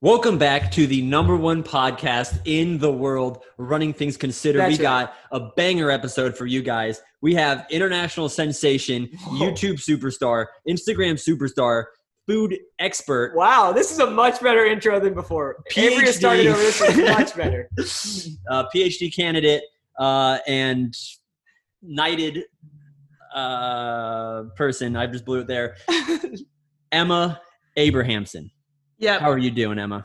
Welcome back to the number one podcast in the world, Running Things Considered. That's we got a banger episode for you guys. We have international sensation, Whoa. YouTube superstar, Instagram superstar, food expert, Wow, this is a much better intro than before. Avery PhD. started over this is much better. uh, PhD candidate, uh, and knighted uh, person. I just blew it there. Emma Abrahamson. Yep. How are you doing, Emma?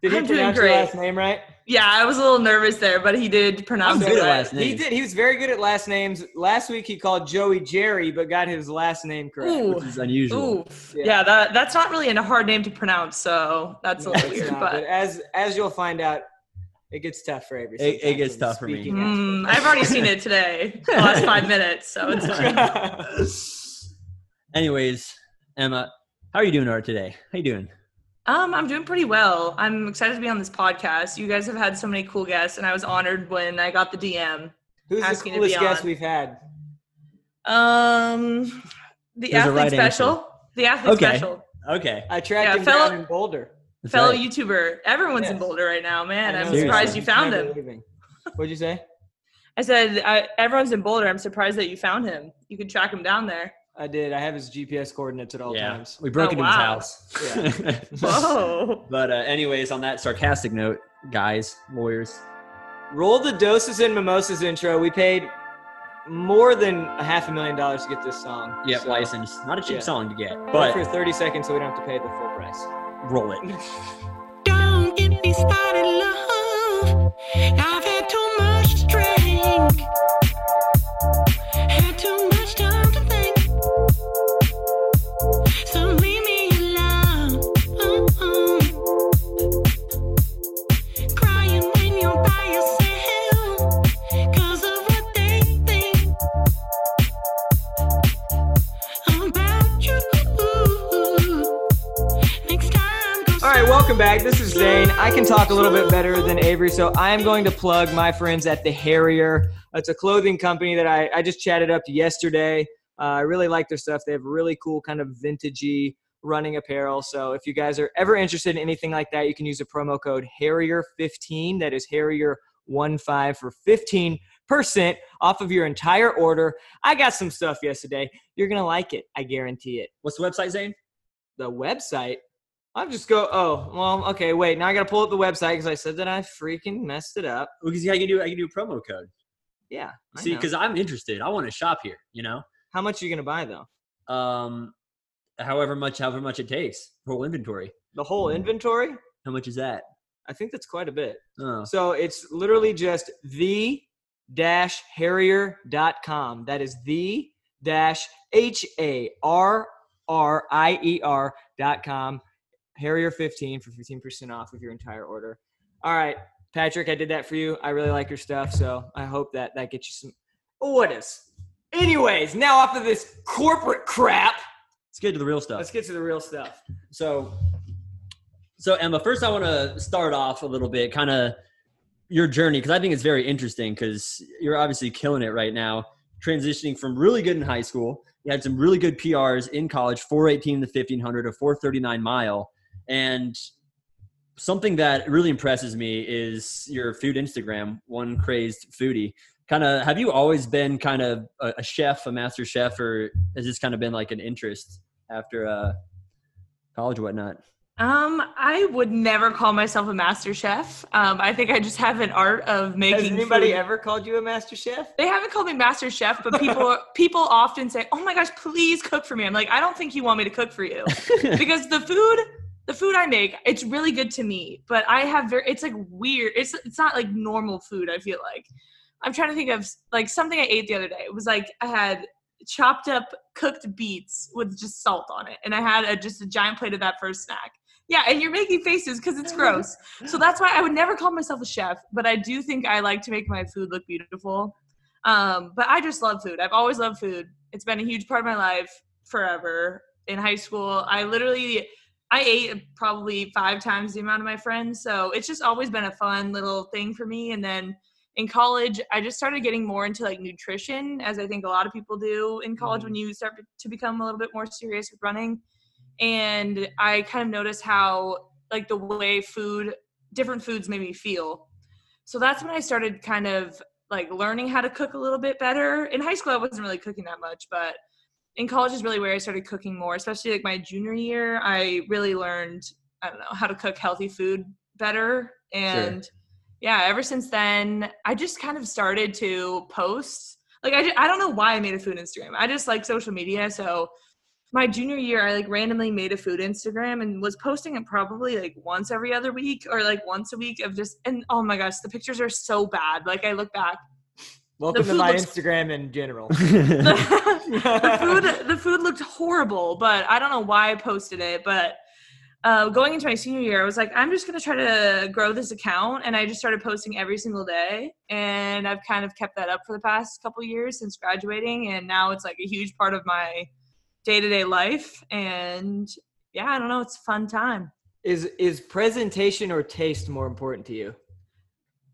Did he I'm doing pronounce your great. last name right? Yeah, I was a little nervous there, but he did pronounce I'm it good at right. last He names. did. He was very good at last names. Last week he called Joey Jerry, but got his last name correct. Ooh. Which is unusual. Ooh, Yeah. yeah. that that's not really a hard name to pronounce, so that's No, a little it's weird. not, but as as you'll find out, it gets tough for Avery. It- it sometimes gets with tough for me. speaking Mm, aspect. I've already seen it today, the last five minutes, so it's Mm. Anyways, Emma, how are you doing art today? How you doing? Um, I'm doing pretty well. I'm excited to be on this podcast. You guys have had so many cool guests, and I was honored when I got the DM. Who's the Asking to be coolest guest on. we've had? Um, the There's a athlete right special, the athlete Okay. special, Okay. I tracked Yeah, him fellow- down in Boulder. that's fellow right. YouTuber. Everyone's in Yes. Boulder right now, man. I I'm know, surprised he's you found never him. leaving. What'd you say? I said, I, everyone's in Boulder. I'm surprised that you found him. You could track him down there. I did. I have his GPS coordinates at all yeah. times. We broke Oh, into wow. his house. Whoa. but uh, anyways, on that sarcastic note, guys, lawyers, Roll the doses and mimosas intro. We paid more than a half a million dollars to get this song. yeah, So, license. Not a cheap yeah. song to get, play but for 30 seconds, so we don't have to pay the full price. roll it. Don't get me started, love. I've had too much to drink. Had too much time to think. So meet me Uh-uh. alone. Crying when you're by yourself. 'Cause of what they think about you. Next time, go All right, welcome back. This is Zane. I can talk a little bit better than Avery, so I am going to plug my friends at The Harrier. It's a clothing company that I, I just chatted up yesterday. Uh, I really like their stuff. They have really cool kind of vintagey running apparel. So if you guys are ever interested in anything like that, you can use the promo code Harrier15. That is Harrier15 for 15% off of your entire order. I got some stuff yesterday. You're going to like it. I guarantee it What's the website, Zane? the website. I'm just go. Oh, well, okay. Wait, now I gotta pull up the website because I said that I freaking messed it up. Because yeah, I can do I can do a promo code. Yeah. I See, know. because I'm interested. I want to shop here. You know, how much are you gonna buy though? um, however much however much it takes whole inventory. The whole inventory? How much is that? I think that's quite a bit. Oh, So it's literally just the dash harrier.com. That is the dash H A R R I E R dot com. Harrier 15 for 15% off of your entire order. All right, Patrick, I did that for you. I really like your stuff, so I hope that that gets you some orders. Anyways, now off of this corporate crap, let's get to the real stuff. let's get to the real stuff. so so emma first i want to start off a little bit kind of your journey because i think it's very interesting because you're obviously killing it right now transitioning from really good in high school you had some really good prs in college 418 to 1500 or 439 mile and something that really impresses me is your food instagram one crazed foodie kind of have you always been kind of a, a chef a master chef or has this kind of been like an interest after uh college or whatnot. Um, I would never call myself a master chef. Um, I think I just have an art of Has making. anybody food. ever called you a master chef? They haven't called me master chef, but people people often say, "Oh my gosh, please cook for me." I'm like, I don't think you want me to cook for you because the food the food I make it's really good to me, but I have very it's like weird. It's it's not like normal food. I feel like I'm trying to think of like something I ate the other day. It was like I had chopped up cooked beets with just salt on it, and I had a, just a giant plate of that for a snack. Yeah, and you're making faces because it's gross. So that's why I would never call myself a chef, but I do think I like to make my food look beautiful. Um, but I just love food. I've always loved food. It's been a huge part of my life forever. In high school, I literally I ate probably five times the amount of my friends. So it's just always been a fun little thing for me. And then in college, I just started getting more into like nutrition, as I think a lot of people do in college when you start to become a little bit more serious with running. And I kind of noticed how like the way food, different foods made me feel. So that's when I started kind of like learning how to cook a little bit better. In high school, I wasn't really cooking that much, but in college is really where I started cooking more, especially like my junior year. I really learned, I don't know, how to cook healthy food better. And yeah, ever since then, I just kind of started to post. Like, I, ju- I don't know why I made a food Instagram. I just like social media. So my junior year, I like randomly made a food Instagram and was posting it probably like once every other week or like once a week of just, and oh my gosh, the pictures are so bad. Like, I look back Welcome to food my looks- Instagram in general. the food the food looked horrible, but I don't know why I posted it. But uh, going into my senior year, I was like, I'm just gonna try to grow this account, and I just started posting every single day, and I've kind of kept that up for the past couple years since graduating, and now it's like a huge part of my day to day life, and yeah, I don't know, it's a fun time. Is is presentation or taste more important to you?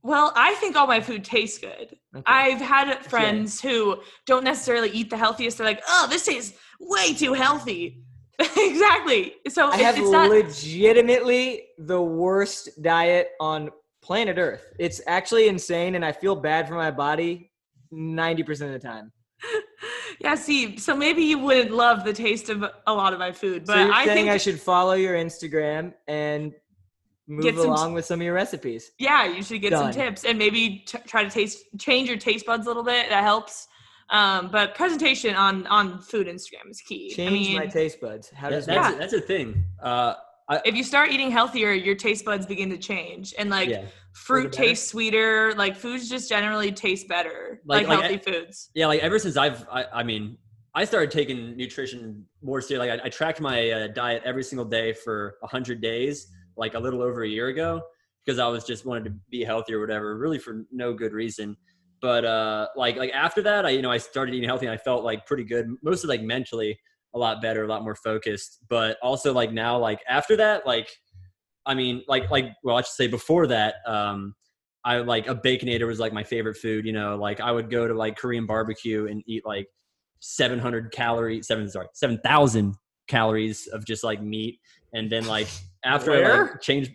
Well, I think all my food tastes good. Okay. I've had friends who don't necessarily eat the healthiest. They're like, "Oh, this tastes way too healthy." exactly. So I it- have it's not. legitimately the worst diet on planet Earth. It's actually insane, and I feel bad for my body ninety percent of the time. yeah. See, so maybe you wouldn't love the taste of a lot of my food, but so you're I saying think I should follow your Instagram and move Get some- along with some of your recipes. yeah, you should get Done. some tips and maybe t- try to taste change your taste buds a little bit. That helps. Um, but presentation on on food Instagram is key. Change I mean, my taste buds. How That- does that's, that? Yeah. that's a thing. Uh, if you start eating healthier, your taste buds begin to change, and like yeah. fruit the better. tastes sweeter. Like foods just generally taste better. Like- Like, like- healthy foods. Yeah, like ever since I've, I, I mean, I started taking nutrition more seriously. Like I, I tracked my uh, diet every single day for 100 days, like a little over a year ago, because I was just wanted to be healthy or whatever, really for no good reason. But uh, like like after that, I you know I started eating healthy and I felt like pretty good, mostly like mentally a lot better, a lot more focused. But also like now, like after that, like I mean, like like well, I should say before that, um, I like a baconator was like my favorite food. You know, like I would go to like Korean barbecue and eat like 700 calories, seven sorry, 7,000 calories of just like meat, and then like after I Where? like changed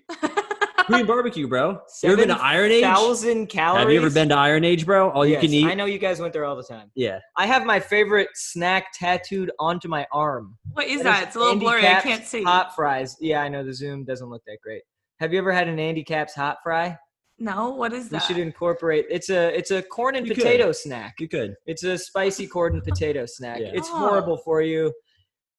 Korean barbecue, bro. You ever been to Iron Age? Thousand calories. Have you ever been to Iron Age, bro? All you Yes, can eat. I know you guys went there all the time. Yeah, I have my favorite snack tattooed onto my arm. What is That that? is it's a little Andy blurry. I Capp's can't see. Hot fries. Yeah, I know the Zoom doesn't look that great. Have you ever had an Andy Caps hot fry? no, what is You that? should incorporate. It's a it's a corn and You could. potato snack. you could. It's a spicy corn and potato snack. Yeah. It's Oh. horrible for you.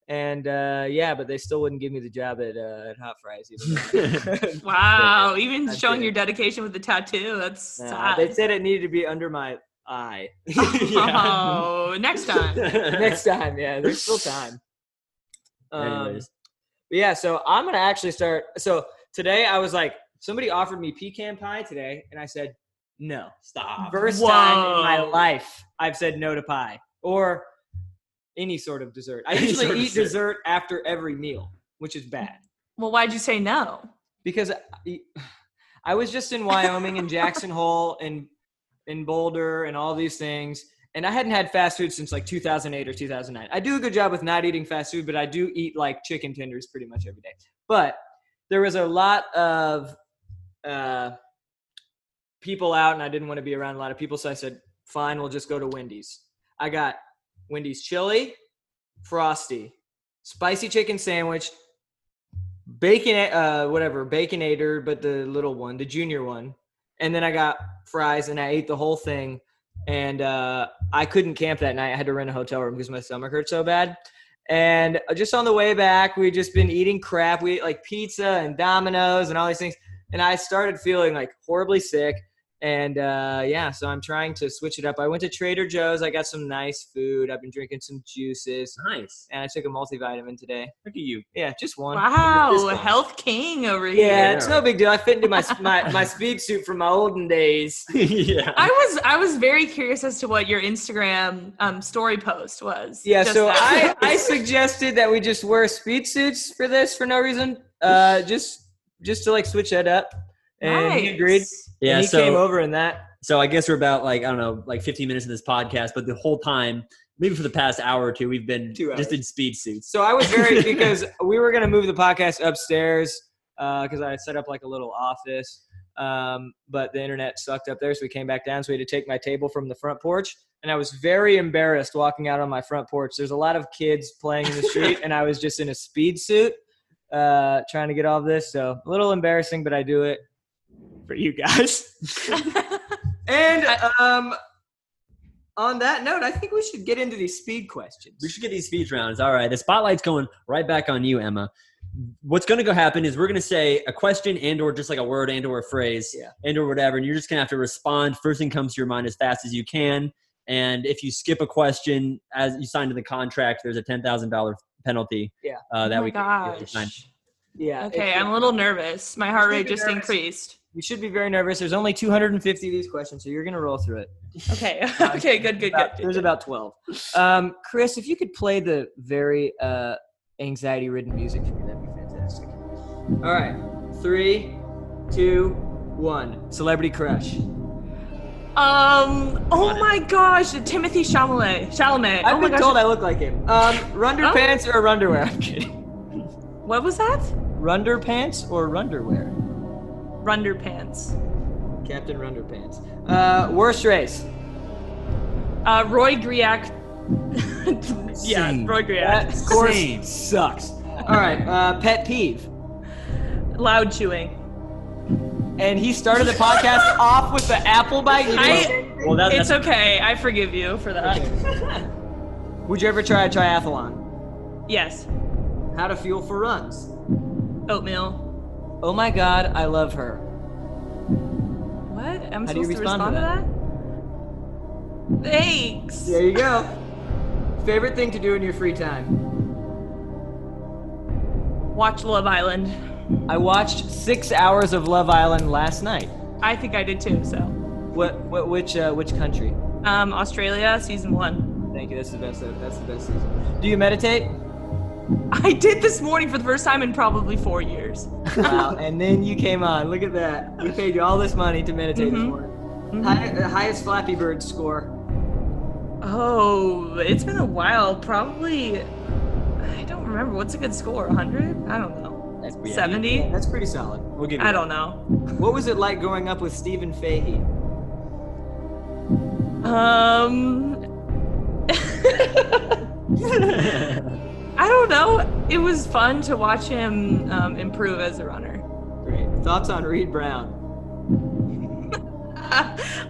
And uh, yeah, but they still wouldn't give me the job at, uh, at Hot Fries. Either. Wow, even I'm showing kidding. your dedication with the tattoo. That's Nah, sad. they said it needed to be under my eye. Oh, next time. Next time, yeah, there's still time. Um, Anyways. But yeah, so I'm gonna actually start. So today I was like, somebody offered me pecan pie today, and I said no. Stop. First time in my Whoa. life I've said no to pie or any sort of dessert. I Any usually sort of eat dessert. dessert after every meal, which is bad Well, why'd you say no? because I, I was just in Wyoming and Jackson Hole and in Boulder and all these things. And I hadn't had fast food since like 2008 or 2009. I do a good job with not eating fast food, but I do eat like chicken tenders pretty much every day. But there was a lot of uh, people out, and I didn't want to be around a lot of people. So I said, fine, we'll just go to Wendy's. I got Wendy's chili, frosty, spicy chicken sandwich, bacon uh whatever baconator but the little one the junior one and then i got fries and i ate the whole thing and uh i couldn't camp that night i had to rent a hotel room because my stomach hurt so bad and uh, just on the way back we just been eating crap we ate like pizza and dominoes and all these things and i started feeling like horribly sick and uh yeah so i'm trying to switch it up i went to trader joe's i got some nice food i've been drinking some juices Nice. and i took a multivitamin today Look at you. yeah just one This Wow, one. health king over Yeah, here. Yeah. it's no big deal. I fit into my my, my speed suit from my olden days. yeah. I was I was very curious as to what your Instagram um, story post was. Yeah, Just so I, that. I suggested that we just wear speed suits for this for no reason, uh, just just to like switch that up, and he Nice. agreed. yeah. and he so came over in that. so I guess we're about like I don't know, like 15 minutes of this podcast, but the whole time, maybe for the past hour or two, we've been Two just in speed suits. So I was very because we were gonna move the podcast upstairs because I set up like a little office. Um, but the internet sucked up there, so we came back down. So we had to take my table from the front porch, and I was very embarrassed walking out on my front porch. There's a lot of kids playing in the street, and I was just in a speed suit uh, trying to get all this. So a little embarrassing, but I do it for you guys. and um, on that note, I think we should get into these speed questions. We should get these speed rounds. All right, the spotlight's going right back on you, Emma. What's going to go happen is we're going to say a question and or just like a word and or a phrase Yeah. and or whatever, and you're just going to have to respond. First thing comes to your mind as fast as you can. And if you skip a question as you signed in the contract, there's a ten thousand dollar penalty. Yeah. uh, that oh my we can gosh. Yeah. Okay, if- I'm a little nervous. My heart rate Maybe just nervous. increased. You should be very nervous. There's only 250 of these questions, so you're gonna roll through it. Okay, okay, good, good, good. About- there's about 12. Um, Chris, if you could play the very uh, anxiety-ridden music for me, that'd be fantastic. All right, three, two, one. Celebrity crush. Oh Um. Oh my gosh, Timothy Chalamet. Chalamet. I've oh my been gosh. told I look like him. Um, runder Oh. pants or runderwear? I'm kidding. what was that? Runder pants or runderwear? Runderpants. Captain Runderpants. Uh, worst race. Uh, Roy Griak. yeah, Same. Roy That Griak. course Same. sucks. All right. Uh, pet peeve. Loud chewing. And he started the podcast off with the apple bite. You I- didn't- Well, that, It's that's okay. I forgive you for that. Would you ever try a triathlon? yes. How to fuel for runs? Oatmeal. Oh my God, I love her. What? I'm How do you supposed to respond respond to to that? Thanks. There you go. Favorite thing to do in your free time? Watch Love Island. I watched six hours of Love Island last night. I think I did too. So, What? what which? Uh, which country? um, Australia season one. Thank you. That's the best. That's the best season. Do you meditate? I did this morning for the first time in probably four years. wow. And then you came on. Look at that. We paid you all this money to meditate this Mhm. morning. Hi- the highest Flappy Bird score. Oh, it's been a while. Probably, I don't remember. What's a good score? 100? I don't know. That's, Yeah. 70? that's pretty solid. we'll give you I that. don't know. What was it like growing up with Stephen Fahey? Um, I don't know. It was fun to watch him um, improve as a runner. Great. Thoughts on Reed Brown?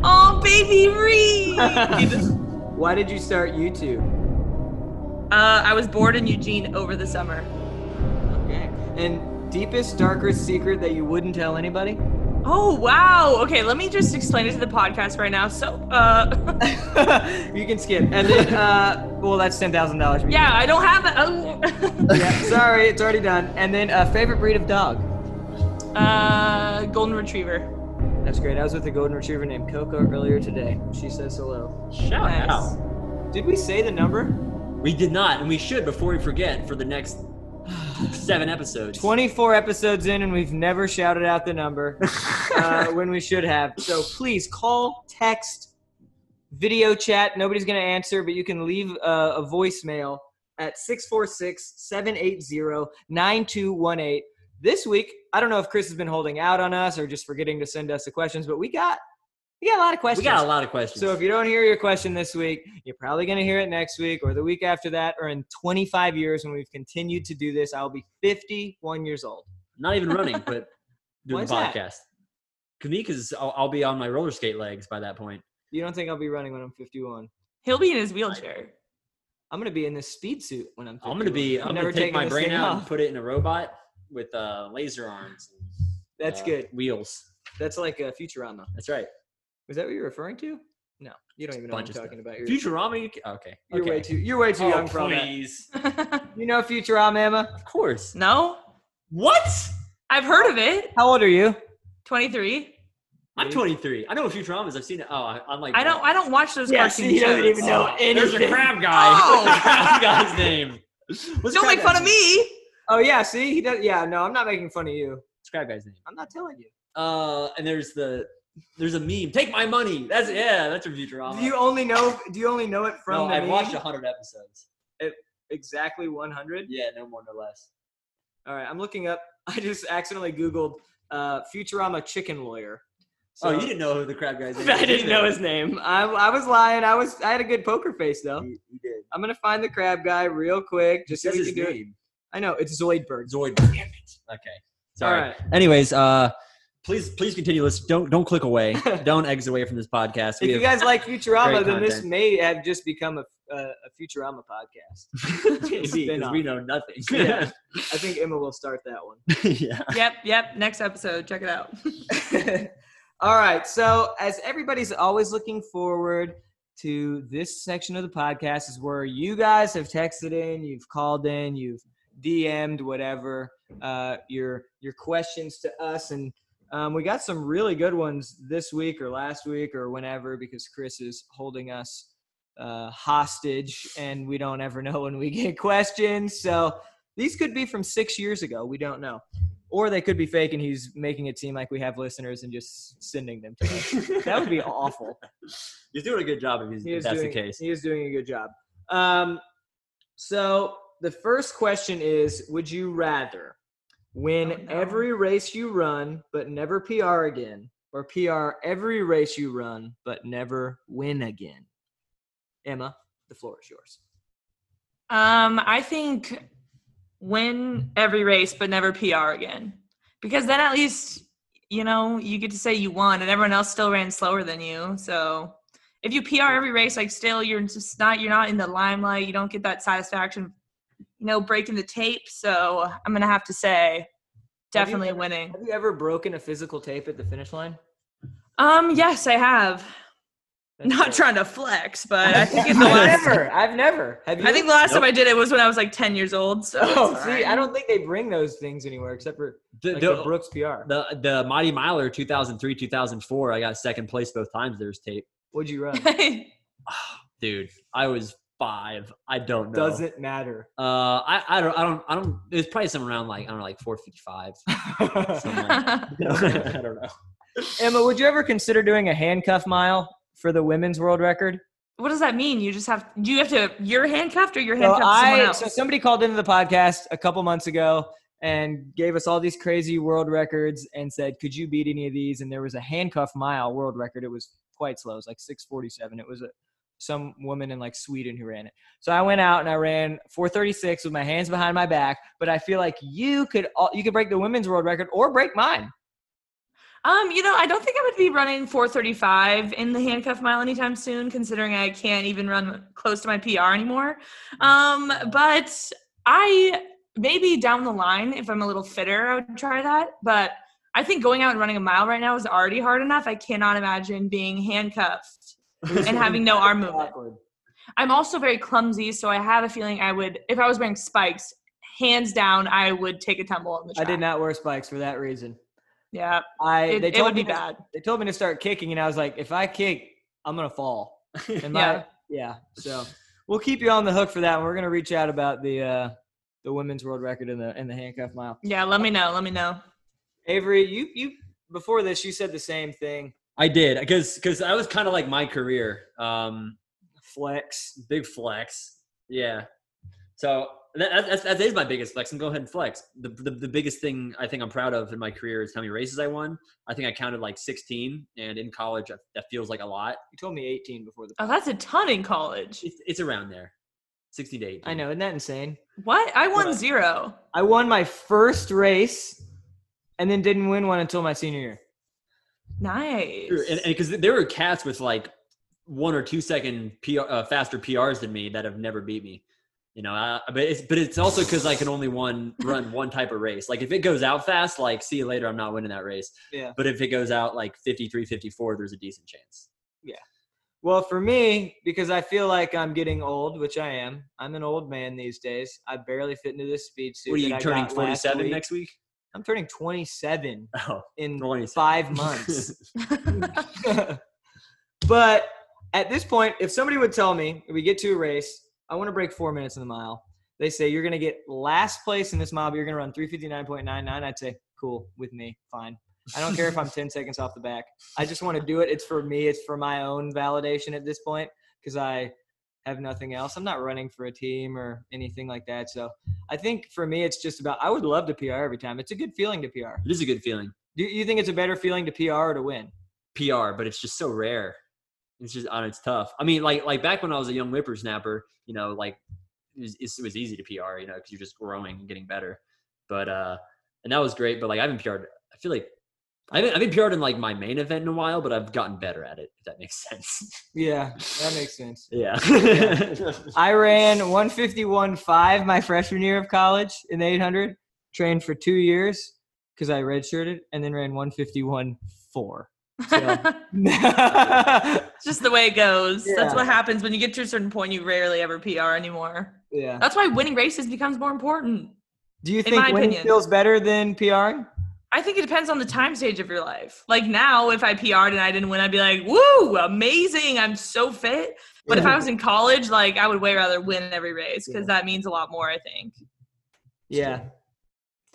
oh, baby Reed! uh, Why did you start YouTube? I was bored in Eugene over the summer. Okay. And deepest, darkest secret that you wouldn't tell anybody? Oh, wow. Okay, let me just explain it to the podcast right now. So, uh, you can skip. And then, uh, well, that's ten thousand dollars. yeah, I don't have that. Oh. Yeah. Sorry, it's already done. And then, uh, favorite breed of dog? Uh, golden retriever. That's great. I was with a golden retriever named Coco earlier today. She says hello. Shout Nice. out. Did we say the number? We did not, and we should before we forget for the next seven episodes. 24 episodes in, and we've never shouted out the number uh, when we should have. So please call, text, video chat. Nobody's going to answer, but you can leave uh, a voicemail at 646 780 9218. This week, I don't know if Chris has been holding out on us or just forgetting to send us the questions, but we got we got a lot of We questions. got a lot of questions. So if you don't hear your question this week, you're probably going to hear it next week or the week after that or in 25 years when we've continued to do this. I'll be 51 years old. not even running, but doing Why's the that? podcast. Because me, because I'll, I'll be on my roller skate legs by that point. You don't think I'll be running when I'm 51? He'll be in his wheelchair. I'm going to be in this speed suit when I'm 51. I'm gonna be. I'm gonna never take taking my this brain thing out and off. put it in a robot with uh, laser arms. and, That's uh, good. Wheels. That's like a Futurama. That's right. Was that what you're referring to? No, you don't even know what Bunch I'm of talking about. You're, Futurama. You, ca- okay. you're okay. way too. You're way too Oh, young for all that. please. You know Futurama, Emma? Of course. no? What? I've heard of it. How old are you? 23. I'm Really? 23. I know what Futurama is. I've seen it. Oh, I, I'm like. I don't I don't watch those cartoon shows. Oh, There's a crab guy. Oh. What's the crab guy's name? What's crab Don't make fun guy's of name? me. Oh yeah, see, he does. Yeah, no, I'm not making fun of you. What's crab guy's name? I'm not telling you. Uh, and there's the there's a meme. Take my money. That's yeah. That's from Futurama. Do you only know? Do you only know it no, from? the I've meme? watched 100 episodes. exactly 100. Yeah, no more, no less. All right, I'm looking up I just accidentally Googled uh, Futurama chicken lawyer. oh, you didn't know who the crab guys. I didn't know his name. I, I was lying. I was I had a good poker face though. You, you did. I'm gonna find the crab guy real quick. Just so That's we his can do it. name. I know it's Zoidberg. Zoid. Damn it. Okay. Sorry. All right. Anyways, uh, please please continue. Let's don't don't click away. don't exit away from this podcast. If We you have- guys like Futurama, great then this content. may have just become a, a, a Futurama podcast. Indeed, 'cause spin-off. we know nothing. Yeah. I think Emma will start that one. yeah. yep, yep. Next episode, check it out. All right. So, as everybody's always looking forward to this section of the podcast, is where you guys have texted in, you've called in, you've DM'd whatever uh, your your questions to us, and um, we got some really good ones this week or last week or whenever because Chris is holding us uh, hostage, and we don't ever know when we get questions. So these could be from six years ago. We don't know or they could be fake and he's making it seem like we have listeners and just sending them to us. that would be awful. He's doing a good job if, he's, He if is that's doing, the case. He is doing a good job. Um, so the first question is: Would you rather win Oh, no. every race you run but never PR again, or PR every race you run but never win again? Emma, the floor is yours. Um, I think win every race, but never PR again, because then at least you know you get to say you won, and everyone else still ran slower than you. So if you PR every race, like still you're just not you're not in the limelight. You don't get that satisfaction, you know, breaking the tape. So I'm gonna have to say, Have you definitely ever- winning. Have you ever broken a physical tape at the finish line? Um, yes, I have. That's Not it. trying to flex, but I think in I've the last. never. I've never. Have you? I think the last Nope. time I did it was when I was like 10 years old. So Oh, it's see, alright. I don't think they bring those things anywhere except for The, like, the, the, Brooks PR. the the Mighty Miler 2003 2004. I got second place both times. There's tape, Would you run? dude. I was five. I don't know. Doesn't matter. Uh, I I don't I don't I don't. It was probably somewhere around like I don't know, like 455. something like that. I don't know. Emma, would you ever consider doing a handcuff mile for the women's world record? What does that mean? You just have do you have to you're handcuffed or you're So handcuffed to someone I else? so somebody called into the podcast a couple months ago and gave us all these crazy world records and said, "Could you beat any of these?" And there was a handcuff mile world record. It was quite slow. It was like 6:47. It was a, some woman in like Sweden who ran it. So I went out and I ran 4:36 with my hands behind my back. But I feel like you could all, you could break the women's world record or break mine. um, you know, I don't think I would be running 435 in the handcuff mile anytime soon, considering I can't even run close to my PR anymore. Um, but I maybe down the line, if I'm a little fitter, I would try that. But I think going out and running a mile right now is already hard enough. I cannot imagine being handcuffed and having no arm movement. Awkward. I'm also very clumsy, so I have a feeling I would, if I was wearing spikes, hands down, I would take a tumble on the I track. did not wear spikes for that reason. Yeah, I it, they it told would be me to- bad. they told me to start kicking, and I was like, if I kick, I'm gonna fall. And my, yeah, Yeah. So we'll keep you on the hook for that. And we're gonna reach out about the uh, the women's world record in the in the handcuff mile. Yeah, let me know. Let me know. Avery, you you before this, you said the same thing. I did because because I was kind of like my career. Um, Flex. big flex. Yeah. So that, that- that's, that is my biggest flex. And go ahead and flex. The, the the biggest thing I think I'm proud of in my career is how many races I won. I think I counted like 16, and in college that- that feels like a lot. You told me 18 before the. Oh, that's a ton in college. It's, it's around there, 16 to 18. I know, isn't that insane? What? I won What? zero. I won my first race, and then didn't win one until my senior year. Nice. True, And because there were cats with like one or two second PR, uh, faster PRs than me that have never beat me. You know, I, but it's but it's also because I can only one run one type of race. Like if it goes out fast, like see you later, I'm not winning that race. Yeah. But if it goes out like 53, 54, there's a decent chance. Well, for me, because I feel like I'm getting old, which I am. I'm an old man these days. I barely fit into this speed suit. What are you that I turning got last 47 week. next week? I'm turning 27 Oh, in 27. five months. but at this point, if somebody would tell me, we get to a race, I want to break four minutes in the mile. They say you're going to get last place in this mile, but you're going to run 359.99. I'd say, cool with me, fine. I don't care if I'm 10 seconds off the back. I just want to do it. It's for me. It's for my own validation at this point because I have nothing else. I'm not running for a team or anything like that. So I think for me, it's just about I would love to PR every time. It's a good feeling to PR. It is a good feeling. Do you think it's a better feeling to PR or to win? PR, but it's just so rare. It's just on. It's tough. I mean, like like back when I was a young whippersnapper, you know, like it was, it's- it was easy to PR, you know, because you're just growing and getting better. But uh, and that was great. But like I haven't PR'd. I feel like I haven't I've been PR'd in like my main event in a while, but I've gotten better at it. If that makes sense. Yeah, that makes sense. yeah. I ran 151.5 my freshman year of college in the 800. Trained for two years because I redshirted, and then ran 151.4. yeah. It's just the way it goes. That's Yeah. what happens when you get to a certain point. You rarely ever PR anymore. That's why winning races becomes more important. Do you In think my winning opinion. feels better than PRing? I think it depends on the time stage of your life. Like now, if I PR'd and I didn't win, I'd be like, "Woo, amazing! I'm so fit." But if I was in college, like I would way rather win every race because that means a lot more. I think. Yeah.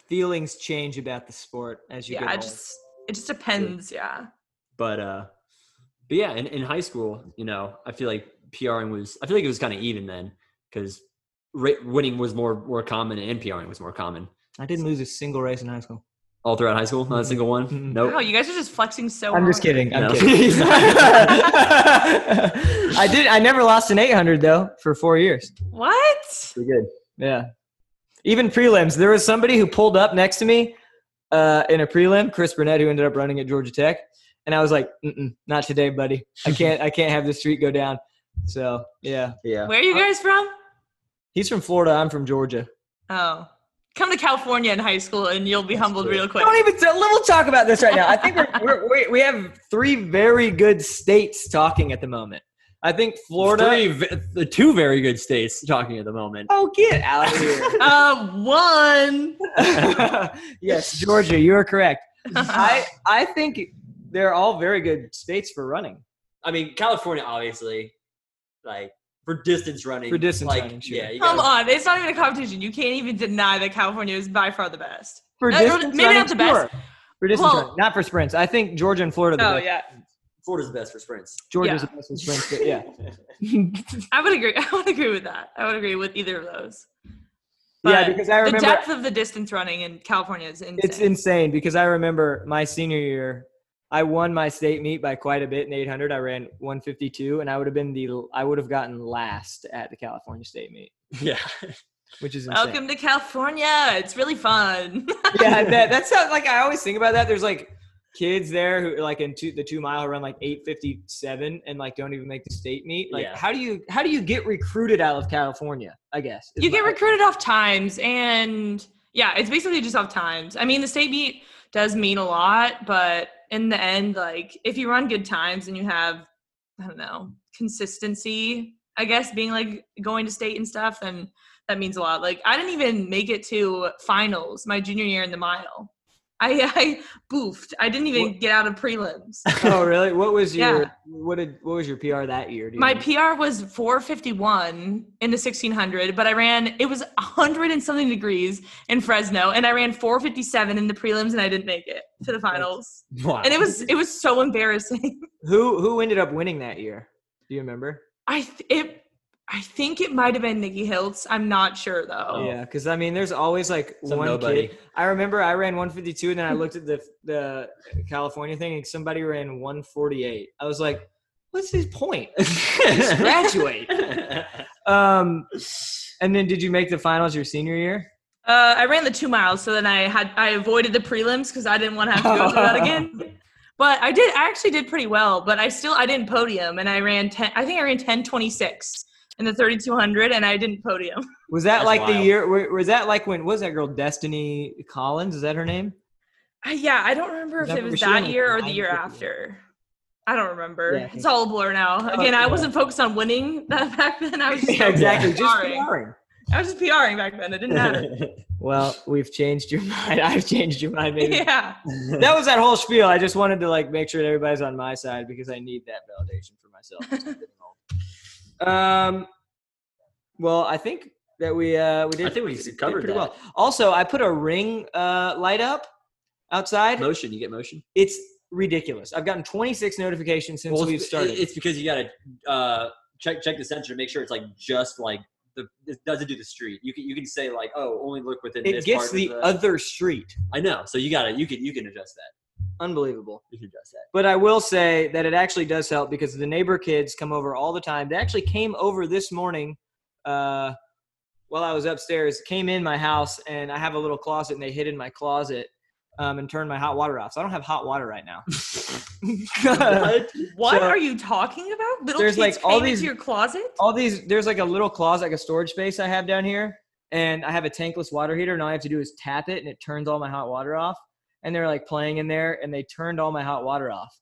Feelings change about the sport as you Yeah, get I older. just it just depends. Yeah. but uh but yeah in, in high school you know i feel like pring was i feel like it was kind of even then because winning was more more common and pring was more common I didn't lose a single race in high school. all throughout high school not a single one Mhm. Wow, nope you guys are just flexing so. I'm just hard. kidding. I'm No. kidding. I did. I never lost an 800 though for four years. What? pretty good Yeah. Even prelims, there was somebody who pulled up next to me uh, in a prelim, Chris Burnett, who ended up running at Georgia Tech, and I was like, Mm-mm, "Not today, buddy. I can't. I can't have this streak go down." So yeah, yeah Where are you guys from? he's from Florida. I'm from Georgia. Oh, come to California in high school and you'll be humbled real quick. Don't even. T- we'll talk about this right now. I think we're, we're, we we have three very good states talking at the moment. I think Florida. Three ve- the two very good states talking at the moment Oh, get out of here. Uh, one. yes, Georgia, you are correct. Ah. I I think they're all very good states for running. i mean california obviously like for distance running For distance like, running, sure. yeah you Come gotta- on, it's not even a competition. You can't even deny that California is by far the best. For Uh, distance maybe running, not the best. sure. For distance Well- running, not for sprints. I think Georgia and Florida. are The Oh best. yeah, florida's the best for sprints Georgia's yeah. the best in sprints. But yeah, I would agree. I would agree with that. I would agree with either of those. yeah. But Because I the remember depth of the distance running in California is insane. it's insane. Because I remember my senior year, I won my state meet by quite a bit in 800. I ran 152, and I would have been the I would have gotten last at the California state meet, yeah which is insane. Welcome to California. It's really fun. yeah, that, that's how, like I always think about that. There's like kids there who like in two, the two mile run like 8:57 and like don't even make the state meet. Like Yeah. how do you how do you get recruited out of California? I guess is you get my- recruited off times and yeah it's basically just off times i mean the state meet does mean a lot but in the end like if you run good times and you have i don't know consistency i guess being like going to state and stuff then that means a lot like i didn't even make it to finals my junior year in the mile i i boofed i didn't even get out of prelims Oh really? What was your Yeah. what did what was your PR that year? do you my know? PR was 451 in the 1600, but I ran, it was 100 and something degrees in Fresno, and I ran 457 in the prelims, and I didn't make it to the finals. wow. And it was, it was so embarrassing. who who ended up winning that year? Do you remember? I, th- it, I think it might have been Nikki Hiltz. I'm not sure though. Yeah, because I mean, there's always like Oh. Some one nobody. kid. I remember I ran 152, and then I looked at the the California thing, and somebody ran 148. I was like, "What's his point? Just graduate." Um, and then did you make the finals your senior year? Uh, I ran the two miles, so then I had I avoided the prelims because I didn't want to have to go through that again. But I did I actually did pretty well, but I still I didn't podium, and I ran ten. I think I ran ten twenty six in the thirty two hundred, and I didn't podium. Was that That's like the wild. year? wa- Was that like when? what Was that girl Destiny Collins? Is that her name? I, yeah, I don't remember if That- it was was she on, that like, year or the nine year fifty? after. I don't remember. Yeah, I think- it's all a blur now. Again, I wasn't focused on winning that back then. I was just Yeah, exactly. Just PRing. PRing. I was just PRing back then. It didn't matter. Well, we've changed your mind. I've changed your mind. Maybe. yeah. That was that whole spiel. I just wanted to like make sure that everybody's on my side because I need that validation for myself. as I'm getting old. um, well, I think that we uh we did. I think we did covered pretty that. well. Also, I put a ring uh light up outside. motion you get motion It's ridiculous. I've gotten 26 notifications since Well, we've it's- started. It's because you got to uh, check check the censor to make sure it's like just like the it doesn't do the street. You can you can say like oh only look within It this gets part the of other street. I know. So you gotta you can you can adjust that. Unbelievable. You can adjust that. But I will say that it actually does help because the neighbor kids come over all the time. They actually came over this morning uh, while I was upstairs, came in my house, and I have a little closet, and they hid in my closet um, and turned my hot water off. So I don't have hot water right now. What So- are you talking about? Little There's, kids like, all came these- into your closet? all these, there's like a little closet, like a storage space I have down here, and I have a tankless water heater, and all I have to do is tap it, and it turns all my hot water off. And they're like playing in there, and they turned all my hot water off.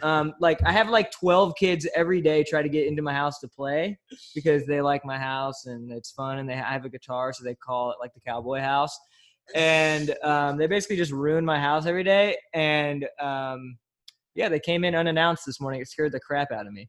um, like I have like 12 kids every day try to get into my house to play because they like my house and it's fun, and they I have a guitar, so they call it like the cowboy house. And um, they basically just ruin my house every day. And um, yeah, they came in unannounced this morning. It scared the crap out of me.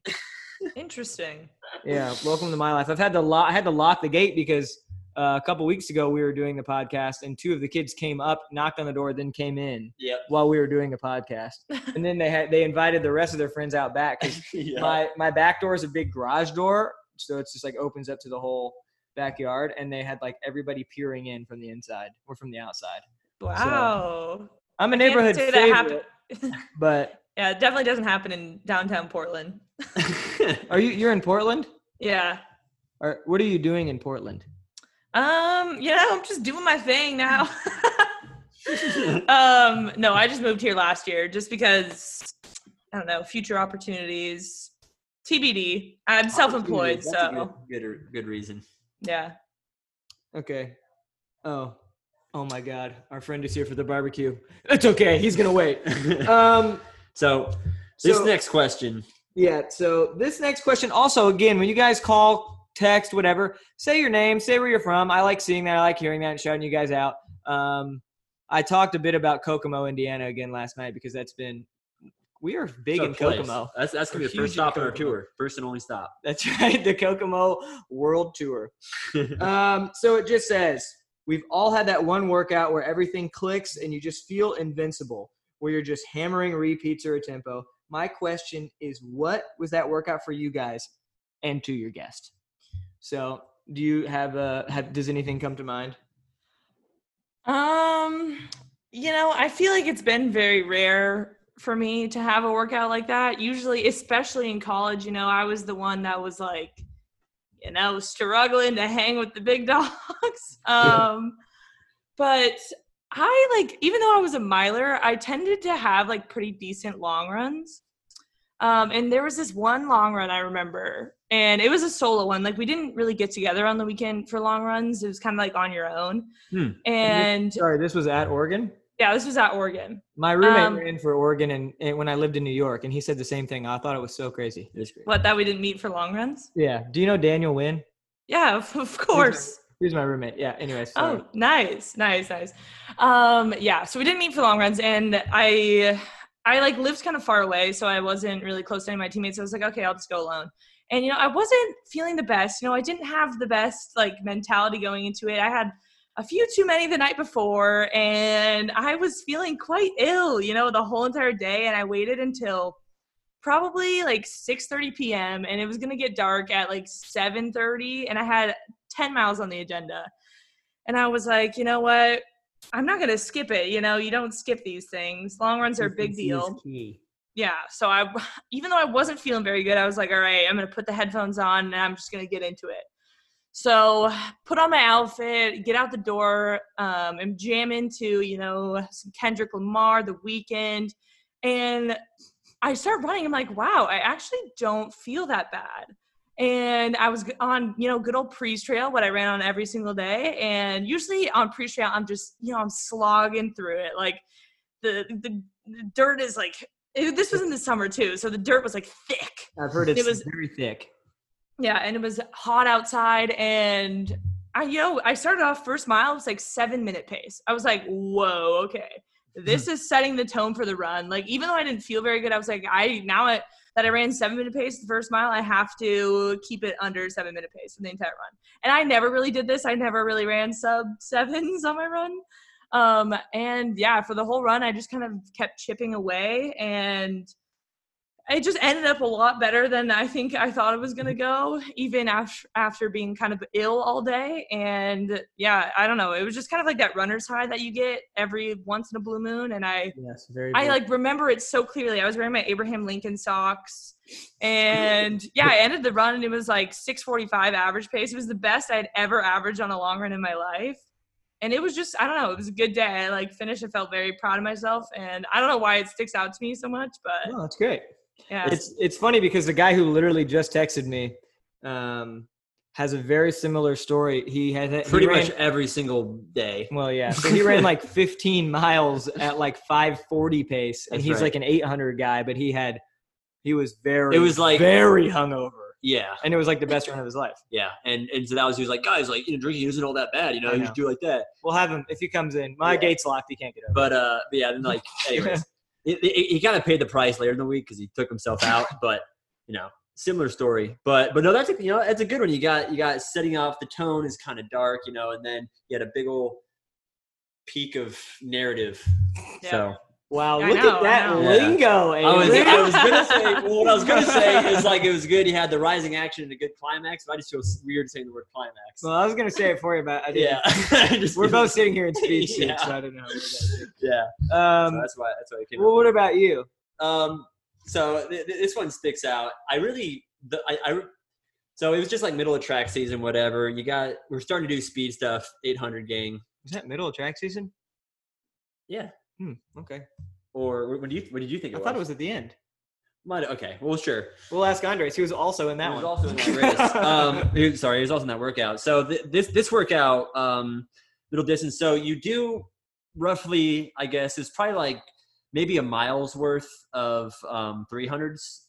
Interesting. Yeah, welcome to my life. I've had to lock. I had to lock the gate because uh, a couple weeks ago we were doing the podcast, and two of the kids came up, knocked on the door, then came in Yep. while we were doing the podcast, and then they had they invited the rest of their friends out back. 'cause yeah. My my back door is a big garage door, so it's just like opens up to the whole backyard, and they had like everybody peering in from the inside or from the outside. Wow. I'm a Can't neighborhood say favorite, that happen- but yeah, it definitely doesn't happen in downtown Portland. are you you're in Portland? Yeah. Or what are you doing in Portland? Um, you know, I'm just doing my thing now. um, no, I just moved here last year just because I don't know, future opportunities. TBD. I'm self-employed, That's a so good, good good reason. yeah. Okay. Oh. Oh my God. Our friend is here for the barbecue. It's okay. He's gonna wait. Um. so this So- next question. Yeah. So this next question, also again, when you guys call, text, whatever, say your name, say where you're from. I like seeing that. I like hearing that and shouting you guys out. Um. I talked a bit about Kokomo, Indiana, again last night because that's been we are big It's our in place. Kokomo. That's that's gonna be the We're first huge in stop on our Kokomo. tour. First and only stop. That's right, the Kokomo World Tour. um, so it just says we've all had that one workout where everything clicks and you just feel invincible, where you're just hammering repeats or a tempo. My question is, what was that workout for you guys and to your guest? So, do you have a have, does anything come to mind? Um, you know, I feel like it's been very rare for me to have a workout like that. Usually, especially in college, you know, I was the one that was like, you know, struggling to hang with the big dogs. Um, but I like, even though I was a miler, I tended to have like pretty decent long runs. Um, and there was this one long run I remember, and it was a solo one. Like we didn't really get together on the weekend for long runs. It was kind of like on your own. Hmm. And Sorry, this was at Oregon. yeah, this was at Oregon. My roommate Um, ran for Oregon, and, and when I lived in New York, and he said the same thing. I thought it was so crazy. That's great. What that we didn't meet for long runs? Yeah. Do you know Daniel Wynn? Yeah, of, of course. He's my roommate. Yeah. Anyways. sorry. Oh, nice, nice, nice. Um, yeah, so we didn't meet for long runs, and I, I like lived kind of far away, so I wasn't really close to any of my teammates. I was like, okay, I'll just go alone. And you know, I wasn't feeling the best. You know, I didn't have the best like mentality going into it. I had a few too many the night before, and I was feeling quite ill. You know, the whole entire day, and I waited until probably like 6:30 p.m. and it was going to get dark at like 7:30 and I had 10 miles on the agenda. And I was like, you know what? I'm not going to skip it. You know, you don't skip these things. Long runs are a big Consistency is deal key. yeah so i even though i wasn't feeling very good i was like all right i'm gonna put the headphones on and i'm just gonna get into it so put on my outfit get out the door um, and jam into you know some kendrick lamar the weekend and i start running i'm like wow i actually don't feel that bad and i was on you know good old Pre's trail what i ran on every single day and usually on Pre's trail i'm just you know i'm slogging through it like the the, the dirt is like it, this was in the summer too, so the dirt was like thick. I've heard it's It was- very thick. Yeah, and it was hot outside, and I, you know, I started off first mile it was like seven minute pace. I was like, whoa, okay, this is setting the tone for the run. Like, even though I didn't feel very good, I was like, I now I, that I ran seven minute pace the first mile, I have to keep it under seven minute pace for the entire run. And I never really did this. I never really ran sub sevens on my run. Um, and yeah, for the whole run, I just kind of kept chipping away and it just ended up a lot better than I think I thought it was gonna go, even after after being kind of ill all day. And yeah, I don't know. It was just kind of like that runner's high that you get every once in a blue moon. And I Yes, very. I like remember it so clearly. I was wearing my Abraham Lincoln socks, and yeah, I ended the run and it was like 6:45 average pace. It was the best I'd ever averaged on a long run in my life, and it was just I don't know. It was a good day. I like finished. I felt very proud of myself, and I don't know why it sticks out to me so much, but No, that's great. yeah. It's it's funny because the guy who literally just texted me um, has a very similar story. He had he Pretty ran- much every single day. Well, yeah. So he ran like 15 miles at like 540 pace, and That's he's right. like an 800 guy, but he had he was very It was like- very hungover, Yeah, and it was like the best run of his life. yeah. And and so that was he was like, guys, like you know, drinking isn't all that bad. You know, I you know. should do it like that. We'll have him if he comes in. My Yeah. gate's locked; he can't get over. But uh, but yeah. Then like, anyways, it, it, he kind of paid the price later in the week because he took himself out. But you know, similar story. But but no, that's a, you know that's a good one. You got you got setting off. The tone is kind of dark, you know, and then you had a big old peak of narrative. Yeah. So. Wow, I look know, I at that know. Yeah. lingo! I was, Avery. I was gonna say well, what I was gonna say is like it was good. He had the rising action and a good climax, but I just feel s- weird saying the word climax. well, I was gonna say it for you, but I didn't. yeah, I just we're feel- both sitting here in speed suits, Yeah. so I don't know. Yeah, so Um, that's why that's why it came. well, up. what about you? Um, so th- th- this one sticks out. I really, the, I, I, so it was just like middle of track season, whatever. You got, we're starting to do speed stuff, 800 gang, Was that middle of track season? Yeah. Hmm, okay. or what do you, what did you think? I It thought it was? was at the end. Might, okay, well, sure. We'll ask Andres. He was also in that he was one. also in that race. um, he was- sorry, he was also in that workout. So th- this this workout, um, middle distance. So you do roughly, I guess, it's probably like maybe a mile's worth of um, 300s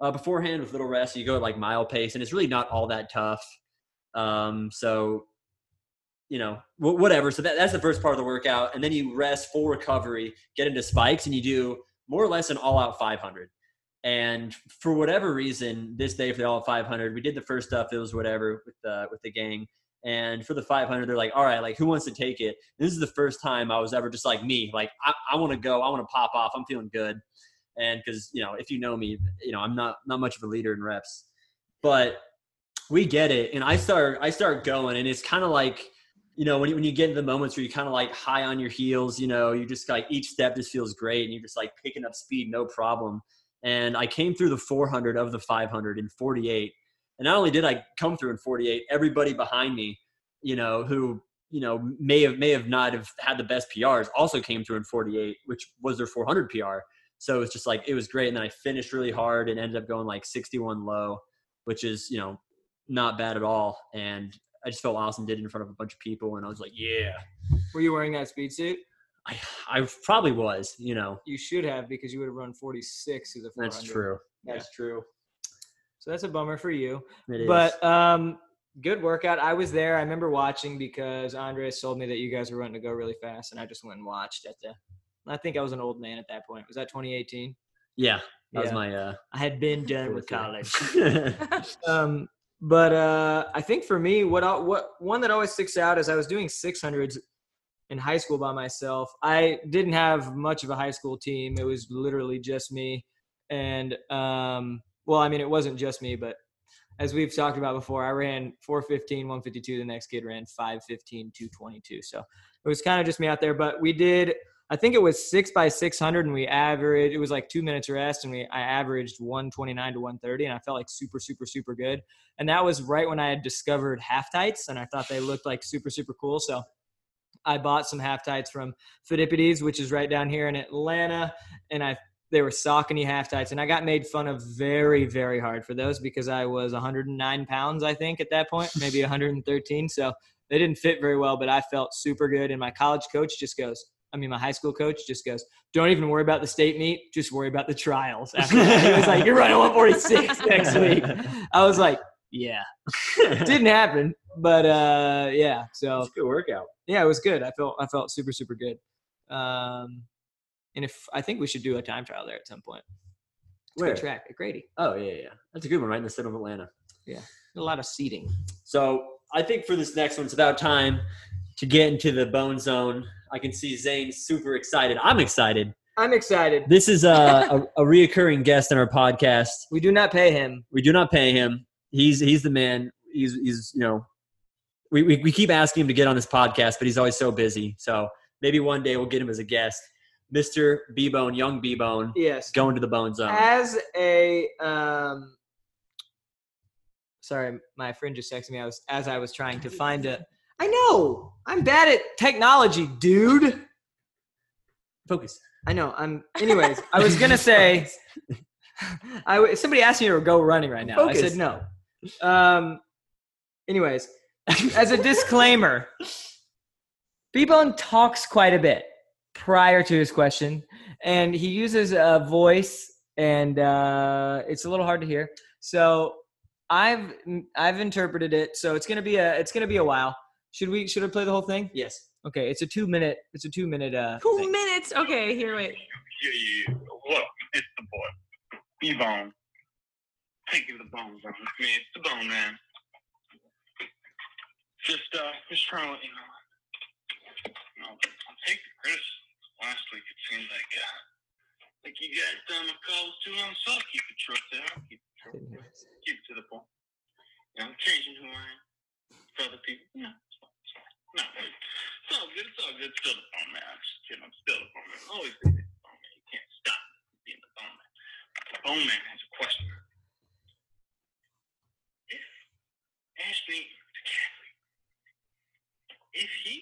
uh, beforehand with little rest. You go at like mile pace, and it's really not all that tough. Um, so you know wh- whatever. So that, that's the first part of the workout, and then you rest full recovery, get into spikes, and you do more or less an all out 500. And for whatever reason, this day for the all 500, we did the first stuff. It was whatever with the with the gang. And for the 500, they're like, "All right, like who wants to take it?" this is the first time I was ever just like me, like I, I want to go, I want to pop off, I'm feeling good. And because you know, if you know me, you know I'm not not much of a leader in reps, but we get it. And I start I start going, and it's kind of like you know when you, when you get into the moments where you're kind of like high on your heels, you know, you just like each step just feels great, and you're just like picking up speed, no problem and I came through the 400 of the 500 in 48. And not only did I come through in 48, everybody behind me, you know, who you know may have may have not have had the best PRs, also came through in 48, which was their 400 PR. So it's just like it was great. And then I finished really hard and ended up going like 61 low, which is you know not bad at all. And I just felt awesome. Did it in front of a bunch of people, and I was like, yeah, Were you wearing that speed suit? I I probably was, you know. You should have because you would have run 46 through the 400. That's true. That's true. So that's a bummer for you. It is. But um, good workout. I was there. I remember watching because Andres told me that you guys were running to go really fast, and I just went and watched at the. I think I was an old man at that point. Was that 2018? yeah, that was Yeah. my uh, I had been done with college. college. Um, but uh, I think for me, what I, what one that always sticks out is I was doing 600s in high school by myself. I didn't have much of a high school team. It was literally just me, and um, well, I mean, it wasn't just me, but as we've talked about before, I ran 415, 152. The next kid ran 515, 222. So it was kind of just me out there. But we did, I think it was six by 600, and we averaged, it was like two minutes rest, and we I averaged 129 to 130, and I felt like super, super, super good. And that was right when I had discovered half tights, and I thought they looked like super, super cool. So I bought some half tights from Fidipides, which is right down here in Atlanta, and I they were Saucony half tights, and I got made fun of very, very hard for those because I was 109 pounds, I think, at that point, maybe 113. So they didn't fit very well, but I felt super good. And my college coach just goes, I mean, my high school coach just goes, "Don't even worry about the state meet, just worry about the trials." After that, he was like, "You're running 146 next week." I was like, "Yeah, didn't happen." But uh, yeah, so It's a good workout. yeah, it was good. I felt I felt super super good. Um, and if I think we should do a time trial there at some point. It's Where? Good track at Grady. Oh yeah, yeah. That's a good one, right in the center of Atlanta. A lot of seating. So I think for this next one, it's about time to get into the bone zone. I can see Zane super excited. I'm excited. I'm excited. This is a, a, a reoccurring guest in our podcast. We do not pay him. We do not pay him. He's he's the man. He's he's you know, we, we we keep asking him to get on this podcast, but he's always so busy. So maybe one day we'll get him as a guest, Mister B Bone, Young B Bone, Yes. going to the Bone Zone. Uh, As a um, sorry, my friend just texted me. I was as I was trying to find a. I know I'm bad at technology, dude. Focus. I know. I'm. Anyways, I was gonna say, I w- somebody asked me to go running right now. I Focus. said no. Um. Anyways, as a disclaimer, B Bone talks quite a bit prior to his question, and he uses a voice, and uh, it's a little hard to hear. So I've I've interpreted it. So it's gonna be a it's gonna be a while. Should we should I play the whole thing? Yes. Okay, it's a two minute it's a two minute uh. Two thing. minutes. Okay, here, wait. Yeah, yeah. What? It's the boy. Yvonne. Thank you, the bone zone. It's me. It's the bone man. Just, uh, just trying to let you know. you know, I'll take the criticism. Last week, it seemed like, uh, like you guys done the calls too long, so I'll keep it short there. I'll keep it short. Keep it to the point. You know, I'm changing who I am for other people. No, it's fine. It's fine. No, it's all good. It's all good. Still the bone man. I'm just kidding. I'm still the bone man. Always been the bone man. You can't stop being the bone man. The bone man has a question. If Anthony McCaffrey, if he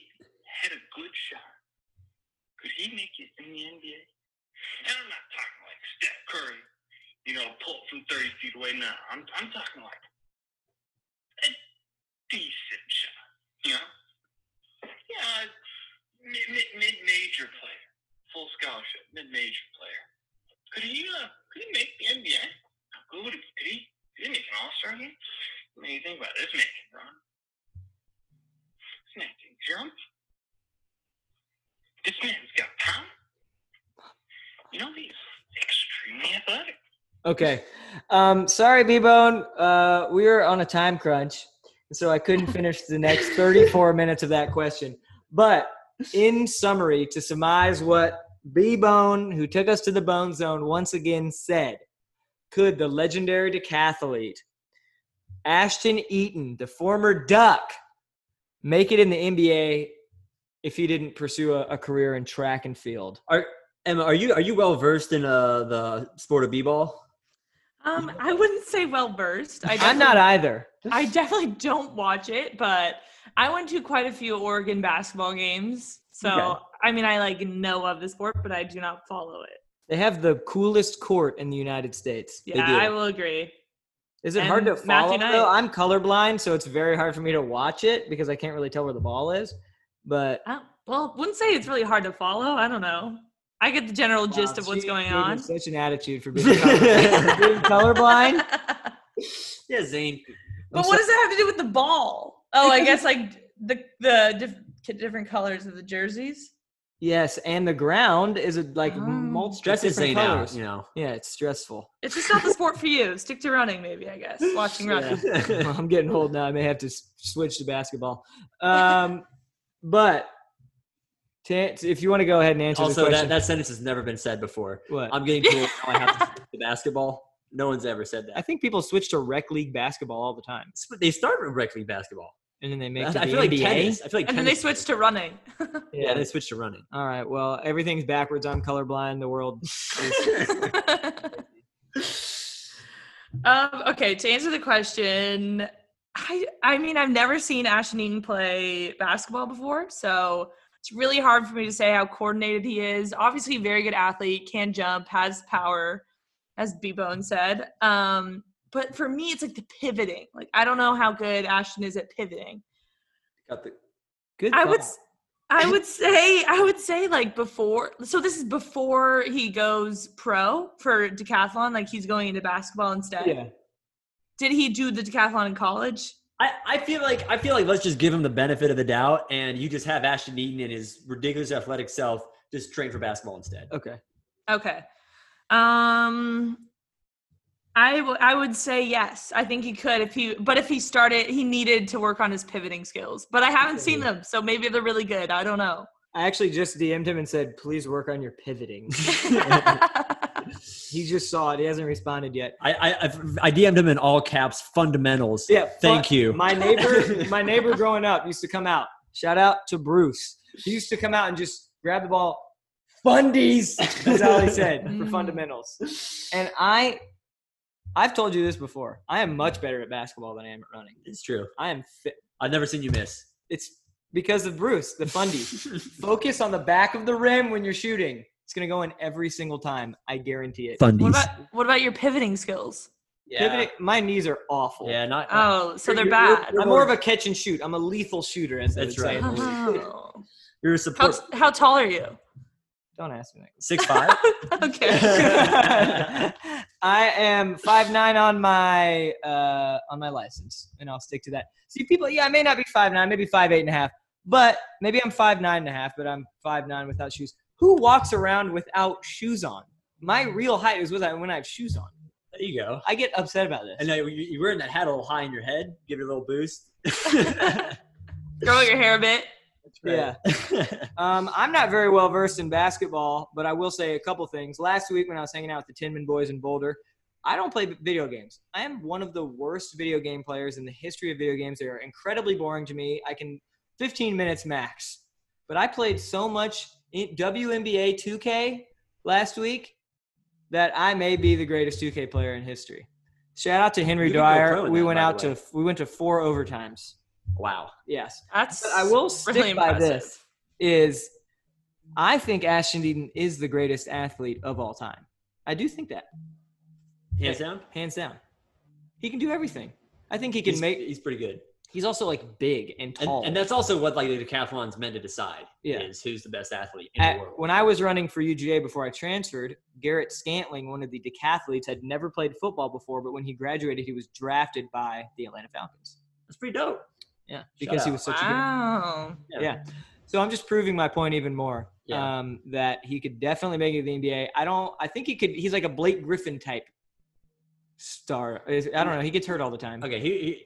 had a good shot, could he make it in the NBA? And I'm not talking like Steph Curry, you know, pull from 30 feet away. No, I'm, I'm talking like a decent shot, you know? Yeah, mid, mid, mid-major player, full scholarship, mid-major player. Could he, uh, could he make the NBA? How good would he be? Could he, could he make an All-Star game? I mean, you think about it, this man can run. This man can jump. This man's got power. You know, he's extremely athletic. Okay. Um, sorry, B Bone. Uh, we were on a time crunch, so I couldn't finish the next 34 minutes of that question. But in summary, to surmise what B Bone, who took us to the Bone Zone, once again said could the legendary decathlete, Ashton Eaton, the former Duck, make it in the NBA if he didn't pursue a, a career in track and field? Are Emma? Are you are you well versed in uh the sport of b-ball? Um, I wouldn't say well versed. I I'm not either. I definitely don't watch it, but I went to quite a few Oregon basketball games. So Okay. I mean, I like know of the sport, but I do not follow it. They have the coolest court in the United States. They Yeah, do. I will agree. Is it hard to And Matthew follow? Knight. Though? I'm colorblind, so it's very hard for me to watch it because I can't really tell where the ball is. But I, well, wouldn't say it's really hard to follow. I don't know. I get the general gist Wow, of what's um, she- going dude, on. it's Such an attitude for being colorblind. For being colorblind. Yeah, Zane. but what does that have to do with the ball? Oh, I guess like the the diff- different colors of the jerseys. Yes, and the ground is a, like Oh. multiple Stresses different Zane out. colors. You know. Yeah, it's stressful. It's just not the sport for you. Stick to running, maybe. I guess watching running. Well, I'm getting old now. I may have to s- switch to basketball. Um, but to, ans- if you want to go ahead and answer the also, that, question, that sentence has never been said before. what? I'm getting cool. now I have to stick to basketball. No one's ever said I that. think people switch to rec league basketball all the time, It's- They start with rec league basketball. and then they I, make. I it to the feel like NBA. tennis. I feel like And then they tennis- switch to running. Yeah, they switch to running. All right. Well, everything's backwards. I'm colorblind. The world. um, okay, to answer the question, I I mean I've never seen Ashton Eaton play basketball before, so it's really hard for me to say how coordinated he is. Obviously, very good athlete, can jump, has power, as B Bone said. Um, but for me, it's like the pivoting. Like I don't know how good Ashton is at pivoting. Got the- Good. I would, thought. s- I would say, I would say like before. So this is before he goes pro for decathlon. Like he's going into basketball instead. Yeah. Did he do the decathlon in college? I, I feel like I feel like let's just give him the benefit of the doubt, and you just have Ashton Eaton and his ridiculous athletic self just train for basketball instead. Okay. Okay. Um. I, w- I would say yes. I think he could if he, but if he started, he needed to work on his pivoting skills. But I haven't seen them, so maybe they're really good. I don't know. I actually just DM'd him and said, please work on your pivoting. he just saw it. He hasn't responded yet. I, I, I've- I DM'd him in all caps, fundamentals. Yeah. Thank fu- you. My neighbor, my neighbor growing up used to come out. Shout out to Bruce. He used to come out and just grab the ball. Fundies. That's all he said for Mm. fundamentals. And I, I've told you this before. I am much better at basketball than I am at running. It's true. I am fit. I've never seen you miss. It's because of Bruce, the fundy. Focus on the back of the rim when you're shooting. It's gonna go in every single time. I guarantee it. Fundies. what about what about your pivoting skills? yeah. Pivoting- my knees are awful. Yeah, not. Oh, so they're You're- Uh, you're- bad. you're I'm more of a catch and shoot. I'm a lethal shooter, as they That's would say right. Uh-huh. in the league. Oh. you're a How support. how tall are you? Don't ask me that. Six five. Okay. I am five nine on my uh, on my license, and I'll stick to that. See, people, yeah, I may not be five nine, maybe five eight and a half, but maybe I'm five nine and a half, but I'm five nine without shoes. Who walks around without shoes on? My real height is with when I have shoes on. There you go. I get upset about this. And now you, you wearing that hat a little high in your head. Give it a little boost. Grow your hair a bit. Yeah. Um, I'm not very well versed in basketball, but I will say a couple things. Last week, when I was hanging out with the Tinman boys in Boulder, I don't play video games. I am one of the worst video game players in the history of video games. They are incredibly boring to me. I can 15 minutes max, but I played so much in WNBA 2K last week that I may be the greatest 2K player in history. Shout out to Henry You could go pro Dwyer. in We that, went by out the way. to we went to four overtimes. wow. Yes, That's But I will stick really by impressive. this. is I think Ashton Eaton is the greatest athlete of all time. I do think that, Hands down. hands down. He can do everything. I think he can He's, make. he's pretty good. He's also like big And, and tall. and that's also what like the decathlon's meant to decide Yeah. is who's the best athlete in the At- world. when I was running for UGA before I transferred, Garrett Scantling, one of the decathletes, had never played football before, but when he graduated, he was drafted by the Atlanta Falcons. That's pretty dope. Yeah, because he out. was such a good Wow. yeah. So I'm just proving my point even more. Yeah. Um, that he could definitely make it to the NBA. I don't. I think he could. He's like a Blake Griffin type star. I don't know. He gets hurt all the time. Okay. He, he,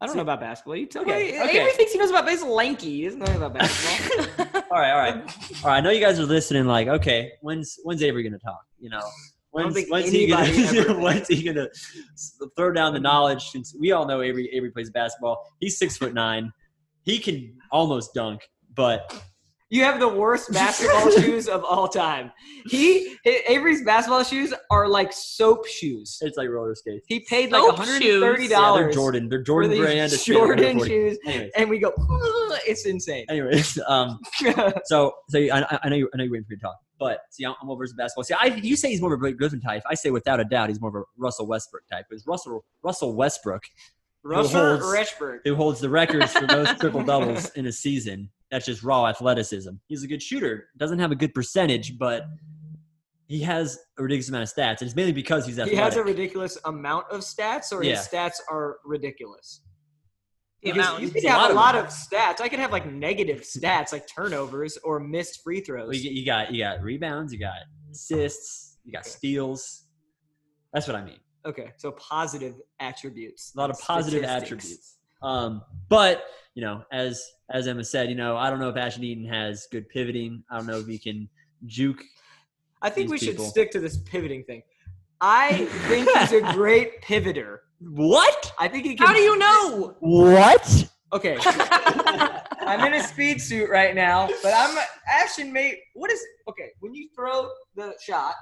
I don't know about basketball. You tell Okay, me. okay. Avery thinks he knows about. He's lanky. He doesn't know about basketball. all right. All right. All right. I know you guys are listening. Like, okay, when's when's Avery gonna talk? You know. don't When's, think when's he anybody gonna ever- when's he gonna s- throw down the knowledge? Since we all know Avery Avery plays basketball. He's six foot nine. He can almost dunk, but you have the worst basketball shoes of all time. He Avery's basketball shoes are like soap shoes. it's like roller skates. He paid like Soap 130 shoes? Yeah, they're dollars Jordan. They're for Jordan these brand. of shit, Jordan 140. shoes, Anyways, and we go. "Ugh," It's insane. anyways, um, so so I, I- I know you, I know you're waiting for your talk, but see, I'm, I'm over his basketball. See, I you say he's more of a Blake Griffin type. I say without a doubt he's more of a Russell Westbrook type. Because Russell Russell Westbrook Russell holds- Reshberg. who holds the records for most triple doubles in a season. That's just raw athleticism. He's a good shooter. Doesn't have a good percentage, but he has a ridiculous amount of stats. And it's mainly because he's he athletic. has a ridiculous amount of stats, or Yeah. his stats are ridiculous. The Because amount. you could It's a have lot a of lot of stats. I could have like negative stats, like turnovers or missed free throws. Well, you, you got you got rebounds, you got assists, you got steals. That's what I mean. okay, so positive attributes. A lot of positive Statistics. attributes. Um, but you know, as as Emma said, you know, I don't know if Ashton Eaton has good pivoting. I don't know if he can juke. I think we These should people. stick to this pivoting thing. I think he's a great pivoter. What? I think he can. How do you know? What? Okay, I'm in a speed suit right now, but I'm Ashton. Mate, what is okay? When you throw the shot,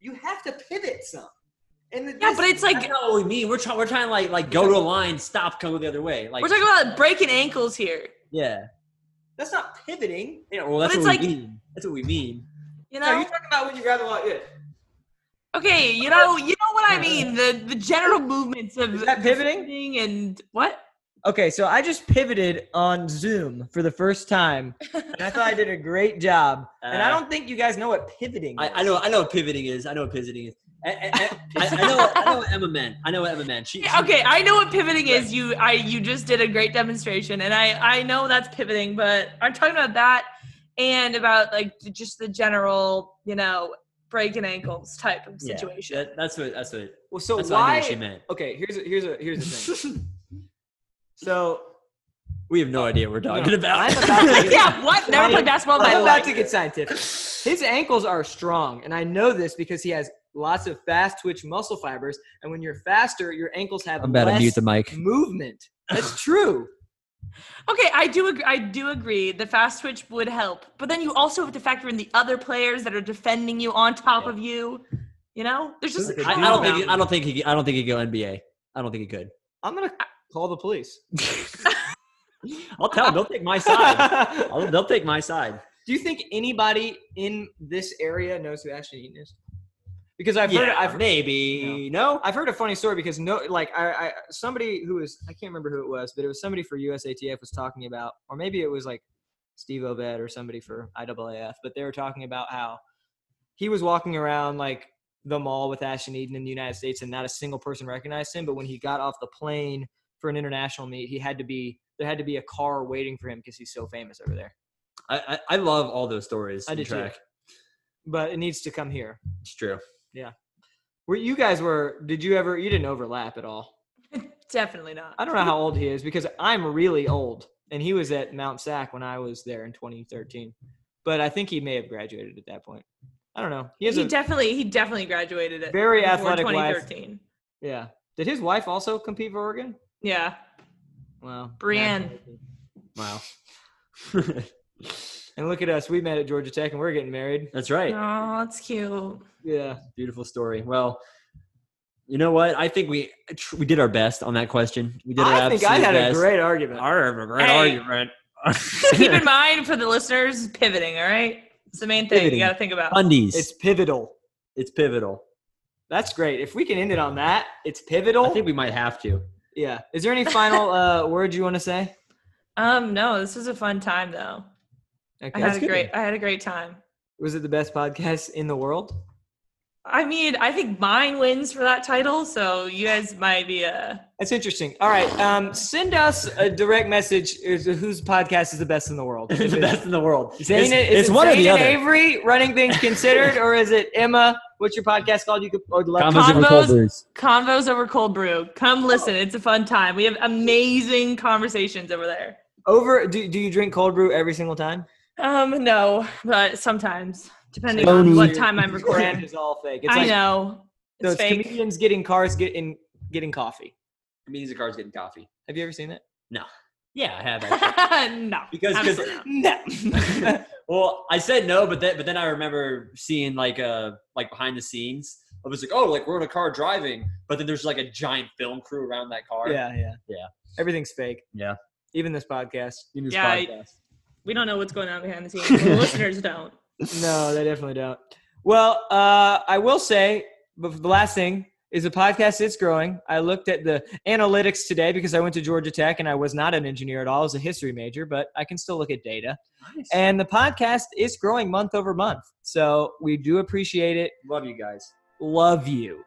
you have to pivot some. And the, yeah, but it's That's like not what we mean. We're trying. We're trying to like like go to a line, stop, come the other way. Like we're talking about breaking ankles here. yeah. that's not pivoting. Yeah, well, that's But what it's we like- mean. That's what we mean. You No, know? you're talking about when you grab the ball. Yeah. Okay, you know, you know what I mean. The the general movements of Is that pivoting? pivoting and what? Okay, so I just pivoted on Zoom for the first time, and I thought I did a great job. and I Uh, don't think you guys know what pivoting. I, is. I know. I know what pivoting is. I know what pivoting is. I, I, I, I know. I know what Emma meant. I know what Emma meant. She, Yeah, Okay, I know what pivoting is. You I you just did a great demonstration and I I know that's pivoting, but I'm talking about that and about like j- just the general, you know, breaking ankles type of Yeah, situation. that- that's what. That's what. Well, so That's what I knew why? she meant. Okay, here's a, here's a here's the thing. so We have no idea what we're talking No, about. I'm about to get- yeah, what? Never played basketball in my I'm about life. to get scientific. His ankles are strong, and I know this because he has lots of fast twitch muscle fibers. And when you're faster, your ankles have I'm about to less mute the mic. movement. That's true. Okay, I do agree. I do agree. The fast twitch would help, but then you also have to factor in the other players that are defending you on top of you. You know, there's just I, I don't think. I don't think. He, could- I don't think he could go NBA. I don't think he could. I'm gonna call the police. I'll tell him. They'll take my side. I'll- they'll take my side. Do you think anybody in this area knows who Ashton Eaton is? Because I've heard Yeah, I've maybe no. I've heard a funny story because no, like I, I somebody who was I can't remember who it was, but it was somebody for USATF was talking about, or maybe it was like Steve Obed or somebody for IAAF, but they were talking about how he was walking around like the mall with Ashton Eden in the United States, and not a single person recognized him. But when he got off the plane for an international meet, he had to be there had to be a car waiting for him because he's so famous over there. I, I, I love all those stories. I in did too. track. But it needs to come here. It's true. Where you guys were? Did you ever? You didn't overlap at all. Definitely not. I don't know how old he is because I'm really old, and he was at Mount Sac when I was there in 2013. But I think he may have graduated at that point. I don't know. He has He a definitely he definitely graduated it. Very before athletic wife. 2013. yeah. Did his wife also compete for Oregon? Yeah. Wow, Brienne. Naturally. Wow. And look at us. We met at Georgia Tech, and we're getting married. That's right. Oh, that's cute. Yeah. Beautiful story. Well, you know what? I think we tr- we did our best on that question. We did our I think I absolute had best. a great argument. Our, great Hey. argument. Keep in mind for the listeners, pivoting. All right, it's the main thing Pivoting. you got to think about. Undies. It's It's, pivotal. pivotal. That's great. If we can end it on that, it's I pivotal. think we might have to. yeah. Is there any final uh, word you want to say? Um, no, this was a fun time though. I Okay. had That's a good. great. I had a great time. Was it the best podcast in the world? I mean, I think mine wins for that title, so you guys might be uh That's interesting. All right, um, send us a direct message. Is whose podcast is the best in the world? it's Is the it best in the world. Zane, it's is it's it one or Zane the and other. Avery running things considered, or is it Emma? What's your podcast called? You could or love Convo- Combos over Combos. cold brews. convos over cold brew. Come listen; it's a fun time. We have amazing conversations over there. over. Do, do you drink cold brew every single time? Um, no, but sometimes depending Tony. on what time I'm Brand recording. is all fake. It's I like, know it's, No, it's fake. comedians getting cars get in getting coffee. Means the car's getting coffee. Have you ever seen that? Yeah, I have. actually. no, Because- absolutely not. No. well, I said no, but then but then I remember seeing like uh like behind the scenes. I was like, oh, like we're in a car driving, but then there's like a giant film crew around that car. yeah, yeah, Yeah. Everything's fake. Yeah. Even this podcast. In this Yeah, I- podcast. we don't know what's going on behind the scenes. The listeners don't. No, they definitely don't. Well, uh, I will say, but the last thing is the podcast is growing. I looked at the analytics today because I went to Georgia Tech and I was not an engineer at all. I was a history major, but I can still look at data. And the podcast is growing month over month. So we do appreciate it. Love you guys. Love you.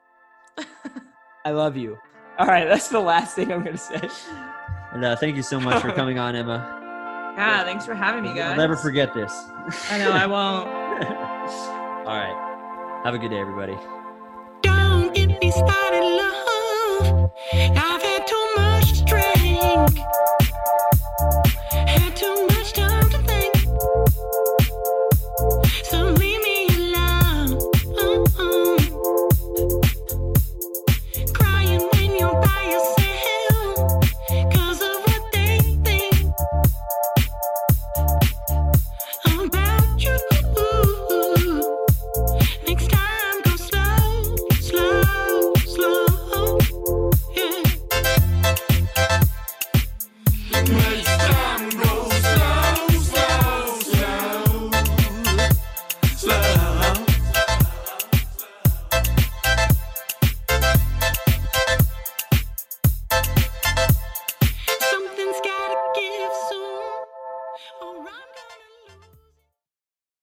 I love you. All right, that's the last thing I'm going to say. And uh, thank you so much for coming on, Emma. Yeah, thanks for having me, guys. I'll never forget this. I know I won't. All right. Have a good day, everybody. Don't get me started, love. I've had too much to drink.